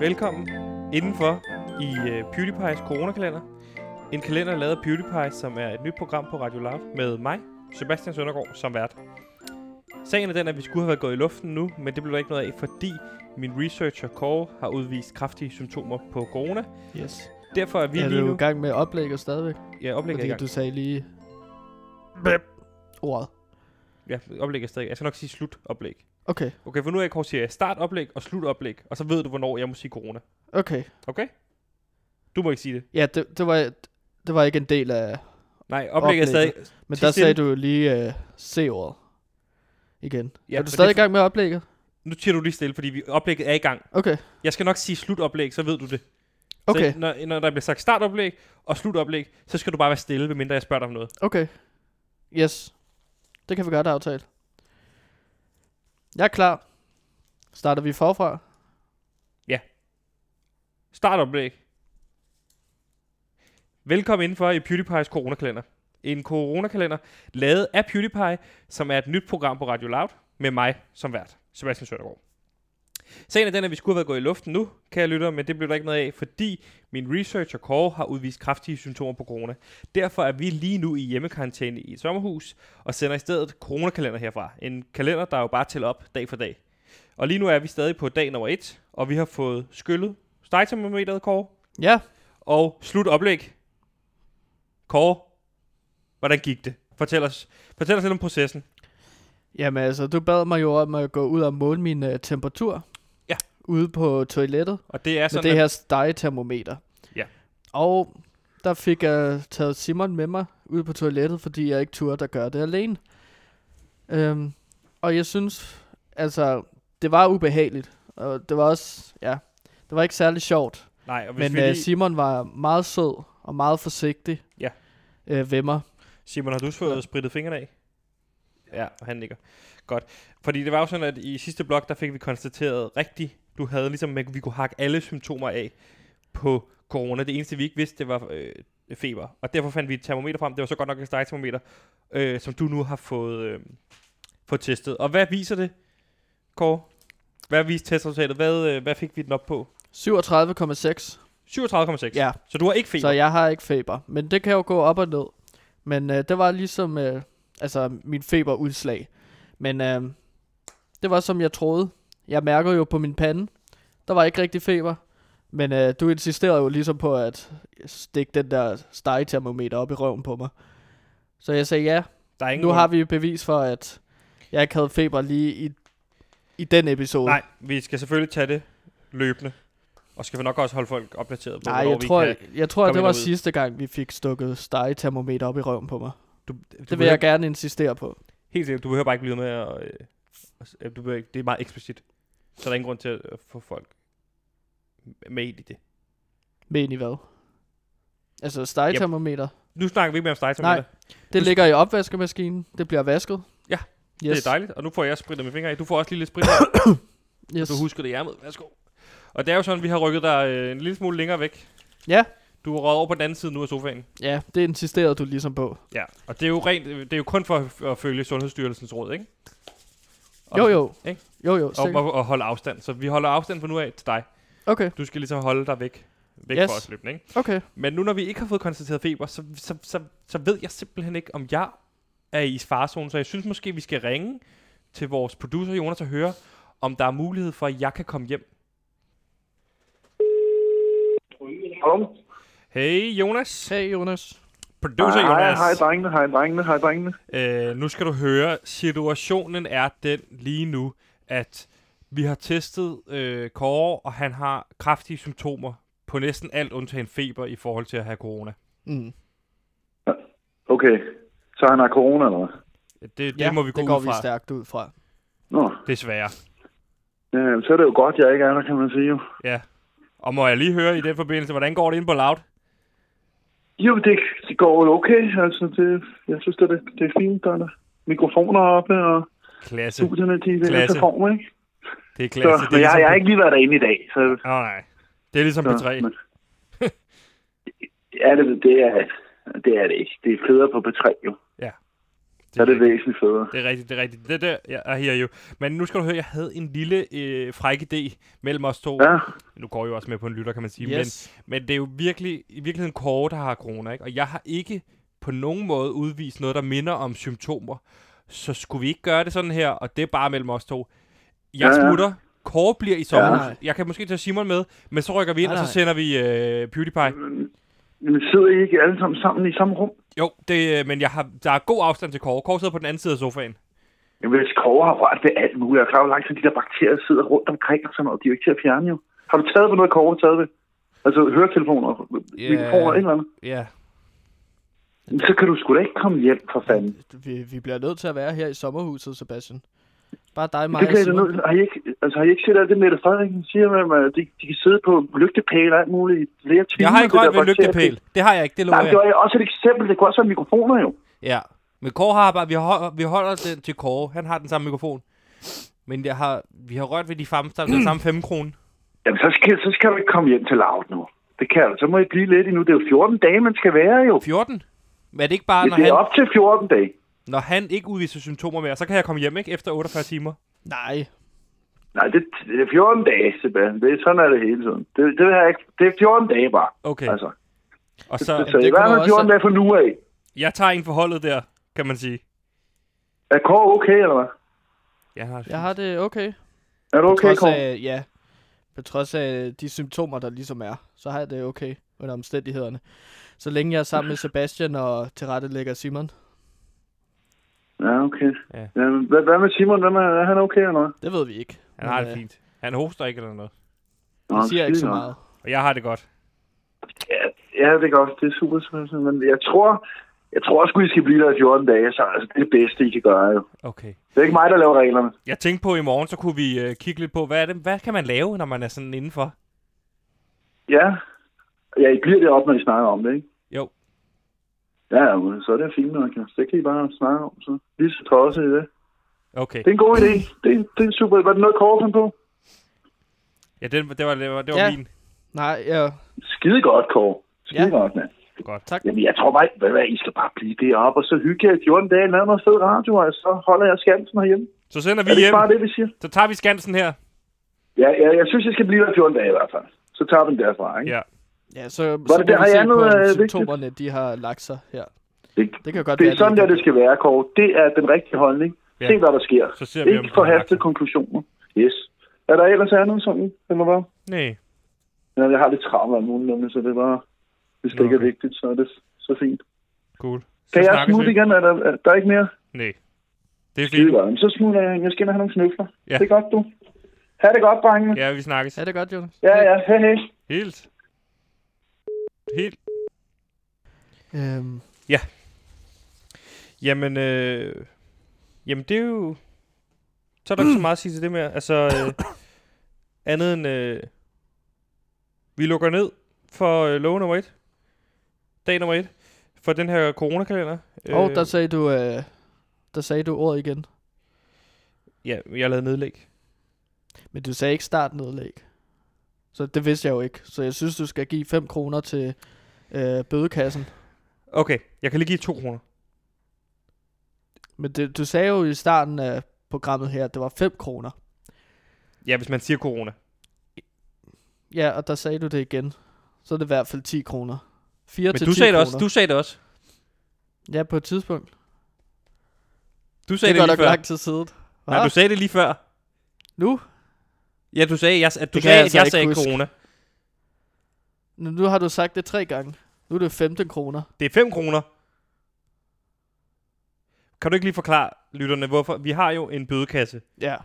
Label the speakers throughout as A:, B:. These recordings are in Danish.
A: Velkommen indenfor i øh, PewDiePie's coronakalender. En kalender lavet af PewDiePie, som er et nyt program på Radio Loud med mig, Sebastian Søndergaard, som vært. Sagen er den, at vi skulle have været gået i luften nu, men det blev der ikke noget af, fordi min researcher Kåre har udvist kraftige symptomer på corona.
B: Yes.
A: Derfor er vi
B: er
A: lige
B: du
A: nu...
B: i gang med oplægget stadigvæk?
A: Ja, oplægget er i
B: Fordi
A: gang.
B: du sagde lige
A: Bæp.
B: ordet.
A: Ja, oplæg er stadig. Jeg skal nok sige slutoplæg.
B: Okay,
A: Okay, for nu er jeg kort siger jeg startoplæg og slutoplæg, og så ved du, hvornår jeg må sige corona.
B: okay.
A: Okay? Du må ikke sige det.
B: Ja, det, det, var, det var ikke en del af...
A: Nej, oplæg er
B: Oplægget.
A: stadig...
B: Men
A: Sig
B: der sagde
A: stille.
B: du lige øh, C-ordet. Igen.
A: Ja,
B: Ja, er du
A: for
B: stadig
A: det-
B: i gang med oplægget?
A: Nu siger du lige stille, fordi vi, oplægget er i gang.
B: Okay,
A: Jeg skal nok sige slutoplæg, så ved du det.
B: okay,
A: Så, når, når der bliver sagt startoplæg og slutoplæg, så skal du bare være stille, medmindre jeg spørger dig om noget.
B: okay. Yes. Det kan vi godt aftale. Jeg er klar. Starter vi forfra?
A: Startoplæg. Velkommen indenfor i PewDiePie's coronakalender. En coronakalender lavet af PewDiePie, som er et nyt program på Radio Loud med mig som vært, Sebastian Søndergaard. Sagen er den, at vi skulle have været gået i luften nu, kan jeg lytte, men det blev der ikke noget af, fordi min researcher Kåre har udvist kraftige symptomer på corona. Derfor er vi lige nu i hjemmekarantæne i et sommerhus og sender i stedet coronakalender herfra. En kalender, der jo bare tæller op dag for dag. Og lige nu er vi stadig på dag nummer et, og vi har fået skyllet stegtermometeret, Kåre,
B: Ja,
A: og slut oplæg. Kåre, hvordan gik det? Fortæl os, fortæl os lidt om processen.
B: Jamen altså, du bad mig jo om at gå ud og måle min øh, temperatur.
A: Ja.
B: Ude på toilettet
A: Og det er
B: med
A: sådan,
B: det
A: at-
B: her stegetermometer.
A: Altså, Ja.
B: Og der fik jeg taget Simon med mig ud på toilettet, fordi jeg ikke turde at gøre det alene. Øhm, og jeg synes, altså, det var ubehageligt. Og det var også, ja, det var ikke særlig sjovt.
A: nej, og hvis
B: Men
A: vi
B: øh,
A: lige,
B: Simon var meget sød og meget forsigtig
A: Ja.
B: øh, ved mig.
A: Simon, har du fået spritet fingrene af? Ja, og han nikker. Godt. Fordi det var jo sådan, at i sidste blok, der fik vi konstateret rigtigt, du havde ligesom, at vi kunne hakke alle symptomer af på corona. Det eneste, vi ikke vidste, det var øh, feber. Og derfor fandt vi et termometer frem. Det var så godt nok et stegtermometer, øh, som du nu har fået, øh, fået testet. Og hvad viser det, Kåre? Hvad viste testresultatet? Hvad, øh, hvad fik vi den op på?
B: 37,6.
A: 37,6.
B: Ja.
A: Så du har ikke feber?
B: Så jeg har ikke feber. Men det kan jo gå op og ned. Men øh, det var ligesom øh, altså min feberudslag. Men øh, det var som jeg troede. Jeg mærker jo på min pande. Der var ikke rigtig feber. Men øh, du insisterede jo ligesom på at stikke den der stegetermometer op i røven på mig. Så jeg sagde ja.
A: Der er ingen
B: Nu
A: grund-
B: har vi bevis for, at jeg ikke havde feber lige i, i den episode.
A: Nej, vi skal selvfølgelig tage det løbende. Og skal vi nok også holde folk opdateret på,
B: Nej
A: hvornår
B: jeg,
A: vi
B: tror,
A: kan...
B: jeg, jeg tror, at
A: komme
B: det
A: ind
B: var
A: og ud.
B: sidste gang, vi fik stukket stegetermometer op i røven på mig.
A: Du, du
B: Det vil
A: behøver
B: jeg
A: ikke-
B: gerne insistere på.
A: Helt sikkert, du behøver bare ikke blive med og... øh, og s- øh, Du behøver ikke, det er meget eksplicit. Så der er ingen grund til at øh, få folk med ind i det.
B: Men i hvad? Altså stegetermometer. Yep.
A: Nu snakker vi ikke mere om steg, som
B: Nej,
A: det,
B: Det
A: Du-
B: ligger i opvaskemaskinen. Det bliver vasket.
A: Ja,
B: Yes.
A: det er dejligt. Og nu får jeg spritet mine fingre af. Du får også lige lidt sprit, af,
B: Yes.
A: så du husker det i ærmet. Værsgo. Og det er jo sådan, vi har rykket dig øh, en lille smule længere væk.
B: Ja.
A: Du er røget over på den anden side nu af sofaen.
B: Ja, det insisterede du ligesom på.
A: Ja. Og det er jo, rent, det er jo kun for at- at følge Sundhedsstyrelsens råd, ikke? Og-
B: Jo, jo.
A: Ikke?
B: Jo, jo.
A: Om
B: sikkert.
A: at, at holde afstand. Så vi holder afstand fra nu af til dig.
B: Okay,
A: Du skal ligesom holde dig væk, væk yes.
B: Yes.
A: fra os løbende, ikke?
B: okay.
A: Men nu når vi ikke har fået konstateret feber, så, så, så, så ved jeg simpelthen ikke, om jeg er i farezonen. Så jeg synes måske, vi skal ringe til vores producer Jonas og høre, om der er mulighed for, at jeg kan komme hjem.
C: Hallo.
A: Hey Jonas,
B: Hey Jonas.
A: producer
C: Hej,
A: Jonas.
C: hej drengene, hej drengene, hej drengene.
A: Øh, nu skal du høre, situationen er den lige nu, at vi har testet øh, Kåre, og han har kraftige symptomer på næsten alt undtagen feber i forhold til at have corona.
B: Mm.
C: Okay, så han har corona, eller hvad?
A: Det, det
B: ja,
A: må vi gå
B: det går
A: ud fra,
B: vi stærkt ud fra.
C: Nå,
A: desværre.
C: ja, så er det jo godt, jeg ikke er der, kan man sige jo.
A: Ja. Og må jeg lige høre i den forbindelse, hvordan går det ind på Loud?
C: Jo, det, det går jo okay, altså det, jeg synes, det, er- det er fint, der er mikrofoner oppe, og
A: Klasse.
C: studierne, de er ved
A: Klasse.
C: til form, ikke?
A: Det er
C: Så,
A: klasse. det
C: men
A: er
C: jeg, jeg har
A: P-
C: ikke lige været derinde i dag, så...
A: Åh, oh, nej. Det er ligesom
C: så
A: på tre.
C: men- ja, det, det, er, det er det ikke. Det er federe på P3, jo.
A: Ja. Det
C: er det væsentligt federe.
A: Det er rigtigt, det er rigtigt. Det der, jeg hear you. Men nu skal du høre, jeg havde en lille øh, fræk idé mellem os to.
C: Ja,
A: Nu går jeg jo også med på en lytter, kan man sige. Men,
B: Yes.
A: men det er jo virkelig, i virkeligheden Kåre, der har corona, ikke? Og jeg har ikke på nogen måde udvist noget, der minder om symptomer. Så skulle vi ikke gøre det sådan her, og det er bare mellem os to. Jeg
C: Ja, ja.
A: smutter. Kåre bliver i sommerhus.
B: Nej.
A: Jeg kan måske tage Simon med, men så rykker vi ind,
B: Nej,
A: og så sender vi øh, PewDiePie.
C: men sidder I ikke alle sammen sammen i samme rum?
A: Jo, det, øh, men jeg har, der er god afstand til Kåre. Kåre sidder på den anden side af sofaen.
C: Jamen, hvis kover har rørt ved alt muligt, jeg er klar, hvor lang tid de der bakterier sidder rundt omkring og sådan noget, de er jo ikke til at fjerne jo. Har du taget på noget, kover taget ved? Altså høretelefoner,
A: Ja.
C: yeah. mikrofoner, et eller andet.
A: Ja.
C: Så kan du sgu da ikke komme hjem, for fanden.
B: Vi, vi bliver nødt til at være her i sommerhuset, Sebastian. Bare dig, mig
C: det
B: og
C: bliver det nødt
B: Simon.
C: til. har I ikke, altså, har I ikke set alt det, Mette Frederiksen siger med, dem, at de, de kan sidde på lygtepæle og alt muligt i flere timer?
A: Jeg har ikke
C: det
A: rørt
C: der
A: ved en
C: bakterier-
A: lygtepæl. Det har jeg ikke, det lover
C: Nej, men
A: jeg.
C: det var jo også et eksempel. Det kunne også være mikrofoner jo.
A: Ja. Men Kåre har bare... Vi holder, vi holder den til Kåre. Han har den samme mikrofon. Men jeg har, vi har rørt ved de fem, den samme femkrone.
C: Jamen, så skal, så skal du ikke komme hjem til Loud nu. Det kan du. Så må I blive lidt endnu. Det er jo 14 dage, man skal være jo.
A: 14? Men er det ikke bare,
C: Det
A: når
C: er
A: han,
C: op til 14 dage.
A: når han ikke udviser symptomer mere, så kan jeg komme hjem, ikke? Efter 48 timer.
B: Nej.
C: Nej, det, det er 14 dage, Sebastian. Det, er- sådan er det hele tiden. Det, det, har jeg ikke, det er 14 dage bare.
A: Okay.
C: Altså,
A: Og
C: så,
A: så...
C: så
B: det
C: i hvert
B: kunne
C: fald
B: også-
C: 14 dage fra nu af.
A: Jeg tager en forholdet der, kan man sige.
C: Er Kåre okay, eller hvad?
A: Jeg har,
B: Jeg har det okay.
C: Er du
B: På
C: okay,
B: trods
C: Kåre?
B: af, ja, på trods af de symptomer, der ligesom er, så har jeg det okay under omstændighederne. Så længe jeg er sammen med Sebastian og tilrettelægger Simon.
C: Ja, okay.
A: Ja.
C: Ja. men hvad, hvad med Simon? Hvem er, er han okay, eller hvad?
B: Det ved vi ikke.
A: han har
B: Men,
A: det
B: øh,
A: fint. Han hoster ikke eller noget.
C: Nå,
B: Det siger ikke så
C: fint nok.
B: meget.
A: Og jeg har det godt.
C: Ja, ja, det er godt. Det er super, super. Men jeg tror, jeg tror sgu, I skal blive der i 14 dage. Så altså, det er det bedste, I kan gøre, jo.
A: Okay.
C: Det er ikke mig, der laver reglerne.
A: Jeg tænkte på i morgen, så kunne vi øh, kigge lidt på, hvad, er det, hvad kan man lave, når man er sådan indenfor?
C: Ja. Ja, I bliver deroppe, når I snakker om det, ikke?
A: Jo.
C: Ja, ja, men så er det fint nok. ja. Så det kan I bare snakke om, så. Lige så tosset i det.
A: Okay.
C: Det er en god idé. Det er, det er en super... Var det noget, Kåre fandt på?
A: Ja, det, det var, det var, det var
B: Ja.
A: min.
B: Nej, ja,
C: Skide godt, Kåre. Skide
B: Ja.
C: ja. godt, mand.
A: Godt.
B: tak.
C: Jamen, jeg tror bare, hvad, hvad, I skal bare blive deroppe, og så hygge jer i 14 dage, lave noget fed radio, og så holder jeg skansen herhjemme.
A: Så sender
C: Er det
A: vi
C: ikke
A: hjem.
C: bare det, vi siger?
A: Så tager vi skansen her.
C: Ja, ja, jeg synes, jeg skal blive der i 14 dage i hvert fald. Så tager vi den derfra, ikke?
A: Ja.
B: Ja, så,
C: det
B: så må
C: der, har
B: vi
C: jeg
B: se på,
C: noget, øh,
B: om
C: vigtigt?
B: symptomerne, de har lagt sig her.
C: Det,
B: Det kan godt
C: det
B: være,
C: er sådan, der
B: ikke-
C: det skal være, Kåre. Det er den rigtige holdning.
A: Ja.
C: Ja. Se, hvad der sker.
A: Så ser vi, om
C: ikke
A: det
C: forhastede
A: kommer
C: konklusioner. Yes. Er der ellers andet sådan? Det må være.
A: Nej.
C: Ja, jeg har lidt travlt om muligheden, så det er bare... Hvis det
A: Nå,
C: ikke er
A: okay.
C: vigtigt, så er det så fint.
A: Cool. Så
C: Kan jeg
A: snakkes
C: smutte
A: vi.
C: igen? Er der, er der ikke mere?
A: Nej. Det er
C: Skide
A: fint.
C: godt. Så smutter jeg. Jeg skal ind og have nogle snøfler.
A: Ja.
C: Ja. Det er godt, du. Ha' det godt, drengene.
A: Ja, vi snakkes.
B: Er det godt, Jonas?
C: Ja, ja. Hej, hej.
A: Helt. Helt.
B: Øhm,
A: Jamen, øh... Jamen, det er jo... Så er der ikke så meget at sige til det mere. Altså, øh... andet end... Øh... Vi lukker ned for øh, lov nummer et. Dag nummer et. For den her coronakalender.
B: og der sagde du, øh, der sagde du ordet igen.
A: Ja, jeg lavede nedlæg.
B: Men du sagde ikke startnedlæg. Så det vidste jeg jo ikke. Så jeg synes, du skal give 5 kroner til øh, bødekassen.
A: Okay, jeg kan lige give to kroner.
B: Men det, du sagde jo i starten af programmet her, at det var 5 kroner.
A: Ja, hvis man siger corona.
B: Ja, og der sagde du det igen. Så er det i hvert fald 10 kroner. 4
A: Men
B: til
A: du
B: 10
A: sagde, det
B: kroner.
A: også, du sagde det også.
B: Ja, på et tidspunkt.
A: Du sagde det,
B: Det, det
A: lige
B: går nok
A: før.
B: lang tid siden.
A: Nej,
B: Hva?
A: du sagde det lige før.
B: Nu?
A: Ja, du sagde, jeg, at du
B: Det kan
A: sagde,
B: jeg
A: jeg,
B: altså
A: at jeg
B: ikke
A: sagde
B: huske.
A: corona.
B: Nu, nu har du sagt det tre gange. Nu er det 15 kroner.
A: Det er 5 kroner. Kan du ikke lige forklare lytterne, hvorfor? Vi har jo en bødekasse.
B: Ja.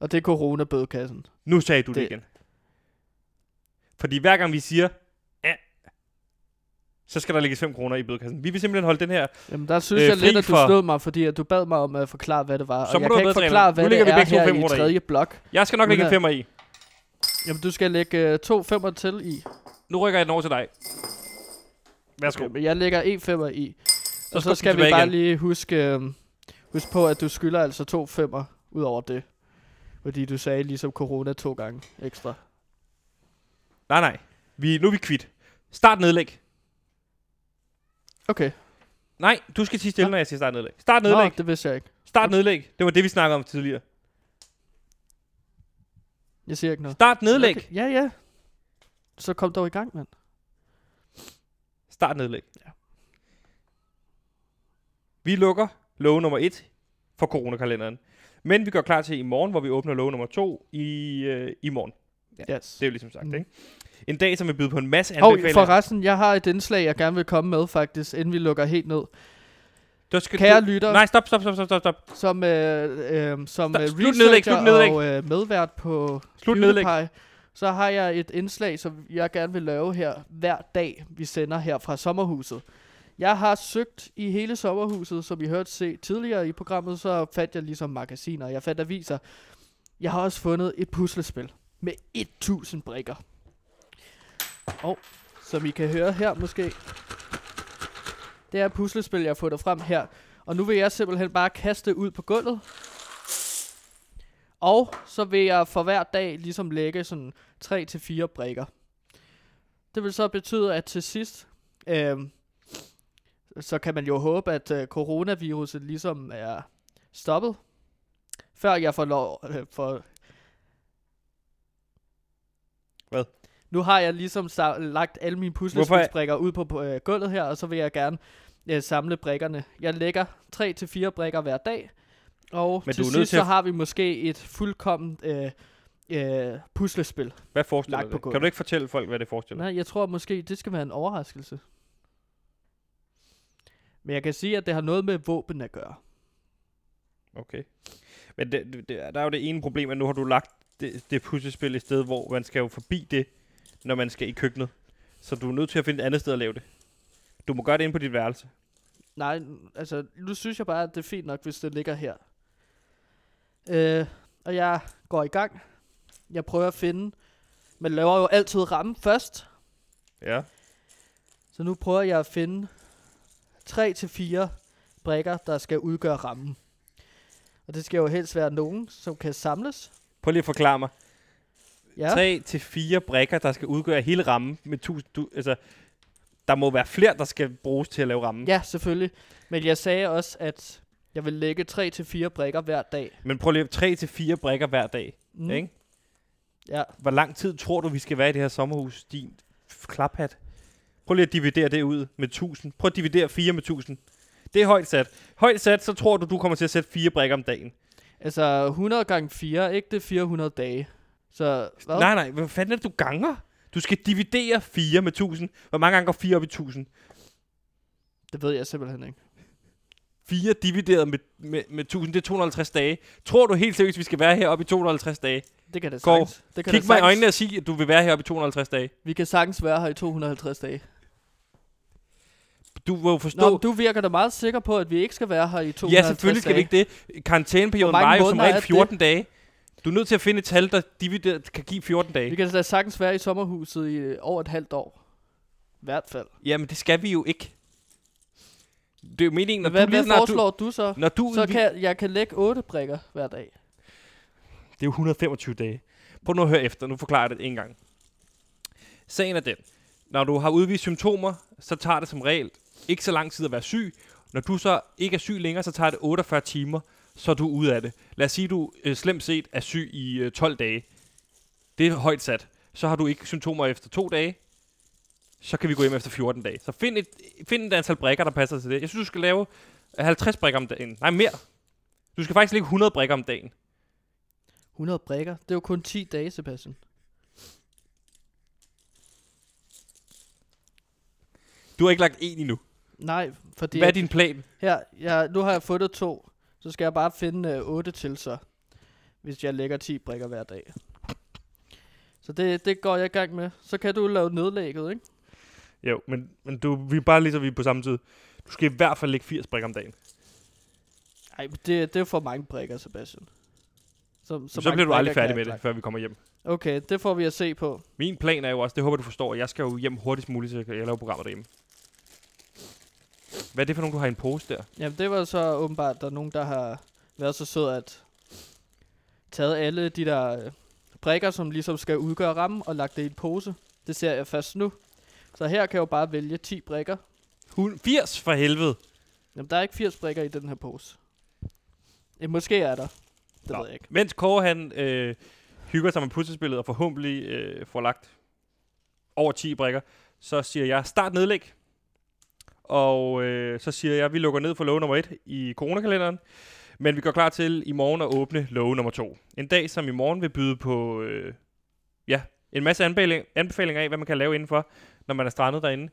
B: Og det er coronabødekassen.
A: Nu sagde du det, det
B: Det-
A: igen. Fordi hver gang vi siger, ja, så skal der lægges 5 kroner i bødekassen. Vi vil simpelthen holde den her.
B: Jamen, der synes
A: Øh,
B: øh, jeg lidt,
A: fri
B: at du
A: for-
B: for... snød mig, fordi at du bad mig om at forklare, hvad det var.
A: Så
B: og
A: må
B: jeg
A: du
B: kan
A: være
B: ikke
A: bedre,
B: forklare,
A: Emil. Nu
B: hvad
A: lægger
B: det
A: vi
B: er
A: begge to
B: her
A: fem
B: i
A: kroner i.
B: tredje blok.
A: Jeg skal nok
B: Nu
A: lægge en
B: der.
A: femmer i.
B: Jamen, du skal lægge øh, to femmer til i.
A: Nu rykker jeg den over til dig. Værsgo.
B: Øh, Men jeg lægger en femmer i. Og
A: skubber
B: så
A: vi
B: skal vi
A: tilbage
B: bare
A: igen.
B: lige huske, øh, huske på, at du skylder altså to femmer ud over det. Fordi du sagde ligesom corona to gange ekstra.
A: Nej, nej. Vi, nu er vi kvidt. Start nedlæg.
B: Okay.
A: Nej, du skal sige stille, når jeg siger start nedlæg. Start
B: Nå,
A: nedlæg.
B: det vidste jeg ikke.
A: Start nedlæg. Det var det, vi snakkede om tidligere.
B: Jeg siger ikke noget.
A: Start nedlæg.
B: Okay. Ja, ja. Så kom dog i gang, mand.
A: Start nedlæg.
B: Ja.
A: Vi lukker lov nummer 1 for coronakalenderen. Men vi gør klar til i morgen, hvor vi åbner lov nummer 2 i, øh, i morgen.
B: Ja. Yes.
A: Det er jo ligesom sagt, mm.
B: Mm.
A: ikke? En dag, som vil byde på en masse
B: Og
A: anbefalinger.
B: forresten, jeg har et indslag, jeg gerne vil komme med faktisk, inden vi lukker helt ned.
A: du skal,
B: Kære
A: du...
B: lytter,
A: Nej, stop, stop, stop, stop, stop, stop.
B: som, øh, øh, som
A: Stop.
B: øh,
A: Slut nedlæg, slut
B: researcher
A: nedlæg.
B: og øh, medvært på
A: Slut nedlæg.
B: PewDiePie, så har jeg et indslag, som jeg gerne vil lave her hver dag, vi sender her fra sommerhuset. Jeg har søgt i hele sommerhuset, som I hørte se tidligere i programmet, så fandt jeg ligesom magasiner, jeg fandt aviser. Jeg har også fundet et puslespil med 1000 brikker. Og som I kan høre her måske, det er et puslespil, jeg har fundet frem her. Og nu vil jeg simpelthen bare kaste det ud på gulvet. Og så vil jeg for hver dag ligesom lægge sådan 3-4 brikker. Det vil så betyde, at til sidst, øh, så kan man jo håbe, at øh, coronaviruset ligesom er stoppet. Før jeg får lov øh, for...
A: Hvad?
B: Nu har jeg ligesom sa- lagt alle mine puslespilsbrikker ud på, på øh, gulvet her, og så vil jeg gerne øh, samle brikkerne. Jeg lægger 3-4 brikker hver dag, og
A: Men
B: til
A: du er nødt
B: sidst
A: til
B: så
A: at-
B: har vi måske et fuldkommen øh, øh, puslespil.
A: Hvad forestiller
B: Lagt på
A: det?
B: gulvet.
A: Kan du ikke fortælle folk, hvad det forestiller?
B: Nej, jeg tror måske, det skal være en overraskelse. Men jeg kan sige, at det har noget med våben at gøre.
A: Okay. Men det, det, det, der er jo det ene problem, at nu har du lagt det, det puslespil et sted, hvor man skal jo forbi det, når man skal i køkkenet. Så du er nødt til at finde et andet sted at lave det. Du må gøre det inde på dit værelse.
B: Nej, n- altså, nu synes jeg bare, at det er fint nok, hvis det ligger her. Øh, og jeg går i gang. Jeg prøver at finde. Man laver jo altid ramme først.
A: Ja.
B: Så nu prøver jeg at finde 3-4 brikker, der skal udgøre rammen. Og det skal jo helst være nogen, som kan samles.
A: Prøv lige at forklare mig.
B: Ja.
A: Tre til fire brikker, der skal udgøre hele rammen med tusind... Du, altså, der må være flere, der skal bruges til at lave rammen.
B: Ja, selvfølgelig. Men jeg sagde også, at jeg vil lægge 3-4 brikker hver dag.
A: Men prøv lige at tre til fire brikker hver dag. Mm. Ikke?
B: Ja.
A: Hvor lang tid tror du, vi skal være i det her sommerhus, din f- klaphat? Prøv lige at dividere det ud med 1000. Prøv at dividere 4 med 1000. Det er højt sat. Højt sat, så tror du, du kommer til at sætte fire brikker om dagen.
B: Altså, 100 gange 4, ikke det er 400 dage. Så, hvad?
A: Nej, nej, hvad fanden er det, du ganger? Du skal dividere 4 med 1000. Hvor mange gange går 4 op i 1000?
B: Det ved jeg simpelthen ikke.
A: 4 divideret med, med, med 1000, det er 250 dage. Tror du helt seriøst, vi skal være heroppe i 250 dage?
B: Det kan det
A: Går.
B: sagtens. Det
A: Kig
B: kan det
A: mig i
B: sagtens.
A: øjnene og sig, at du vil være heroppe i 250 dage.
B: Vi kan sagtens være her i 250 dage.
A: Du må jo
B: Nå,
A: forstå...
B: men du virker da meget sikker på, at vi ikke skal være her i 250
A: Ja, selvfølgelig skal vi
B: dage.
A: ikke det. Karantæneperioden
B: Hvor mange
A: var jo som
B: måneder er
A: regel
B: det?
A: 14 dage. Du er nødt til at finde et tal, der divideret kan give 14 dage.
B: Vi kan da sagtens være i sommerhuset i øh, over et halvt år. I hvert fald.
A: Jamen, det skal vi jo ikke. Det er jo meningen, når
B: Hvad,
A: du lige
B: hvad
A: snart... Du,
B: foreslår du, du så?
A: når du
B: Så kan, jeg kan lægge 8 brikker hver dag.
A: Det er jo 125 dage. Prøv nu at høre efter, nu forklarer jeg det en gang. Sagen er den. Når du har udvist symptomer, så tager det som regel ikke så lang tid at være syg. Når du så ikke er syg længere, så tager det 48 timer, så er du ude af det. Lad os sige, at du øh, slemt set er syg i øh, 12 dage. Det er højt sat. Så har du ikke symptomer efter to dage. Så kan vi gå hjem efter 14 dage. Så find et, find et antal brækker, der passer til det. Jeg synes, du skal lave 50 brækker om dagen. Nej, mere. Du skal faktisk lægge 100 brækker om dagen.
B: 100 brikker. Det er jo kun 10 dage, Sebastian.
A: Du har ikke lagt en endnu.
B: Nej, fordi...
A: Hvad er din plan?
B: Her, jeg, nu har jeg fundet to. Så skal jeg bare finde øh, otte til så. Hvis jeg lægger 10 brikker hver dag. Så det, det går jeg i gang med. Så kan du lave nedlægget, ikke?
A: Jo, men, men du, vi er bare lige så vi er på samme tid. Du skal i hvert fald lægge 80 brik om dagen.
B: Nej, det, det er for mange brikker, Sebastian. Så,
A: Så, så
B: mange
A: bliver du
B: brikker
A: aldrig
B: kan
A: færdig
B: jeg
A: med
B: ikke
A: det, før vi kommer hjem.
B: lage. Okay, det får vi at se på.
A: Min plan er jo også, det håber du forstår, at jeg skal jo hjem hurtigst muligt, så jeg kan lave programmet derhjemme. Hvad er det for nogen, du har i en pose der?
B: Jamen, det var så åbenbart, der er nogen, der har været så sød at taget alle de der øh, brikker, som ligesom skal udgøre rammen, og lagt det i en pose. Det ser jeg først nu. Så her kan jeg jo bare vælge 10 brikker.
A: Hun, 80 for helvede!
B: Jamen, der er ikke 80 brikker i den her pose. Ja, måske er der. Det
A: Nå.
B: ved jeg ikke.
A: Mens Kåre han øh, hygger sig med puslespillet og forhåbentlig øh, får lagt over 10 brikker, så siger jeg start nedlæg. Og øh, så siger jeg, at vi lukker ned for lov nummer 1 i coronakalenderen, men vi går klar til i morgen at åbne lov nummer 2. En dag, som i morgen vil byde på øh, ja, en masse anbefaling, anbefalinger af, hvad man kan lave indenfor, når man er strandet derinde.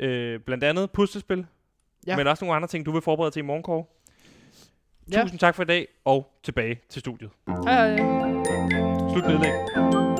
A: Øh, blandt andet puslespil, ja.
B: Ja.
A: men også nogle andre ting, du vil forberede til i morgen, Kåre.
B: Ja.
A: Tusind tak for i dag, og tilbage til studiet.
B: Hej hej.
A: Slut nedlæg.